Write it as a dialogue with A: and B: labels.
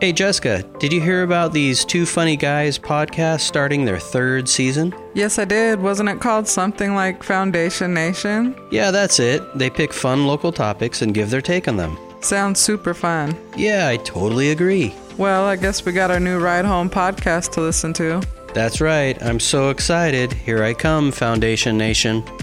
A: Hey, Jessica, did you hear about these Two Funny Guys podcast starting their third season?
B: Yes, I did. Wasn't it called something like Foundation Nation?
A: Yeah, that's it. They pick fun local topics and give their take on them.
B: Sounds super fun.
A: Yeah, I totally agree.
B: Well, I guess we got our new Ride Home podcast to listen to.
A: That's right. I'm so excited. Here I come, Foundation Nation.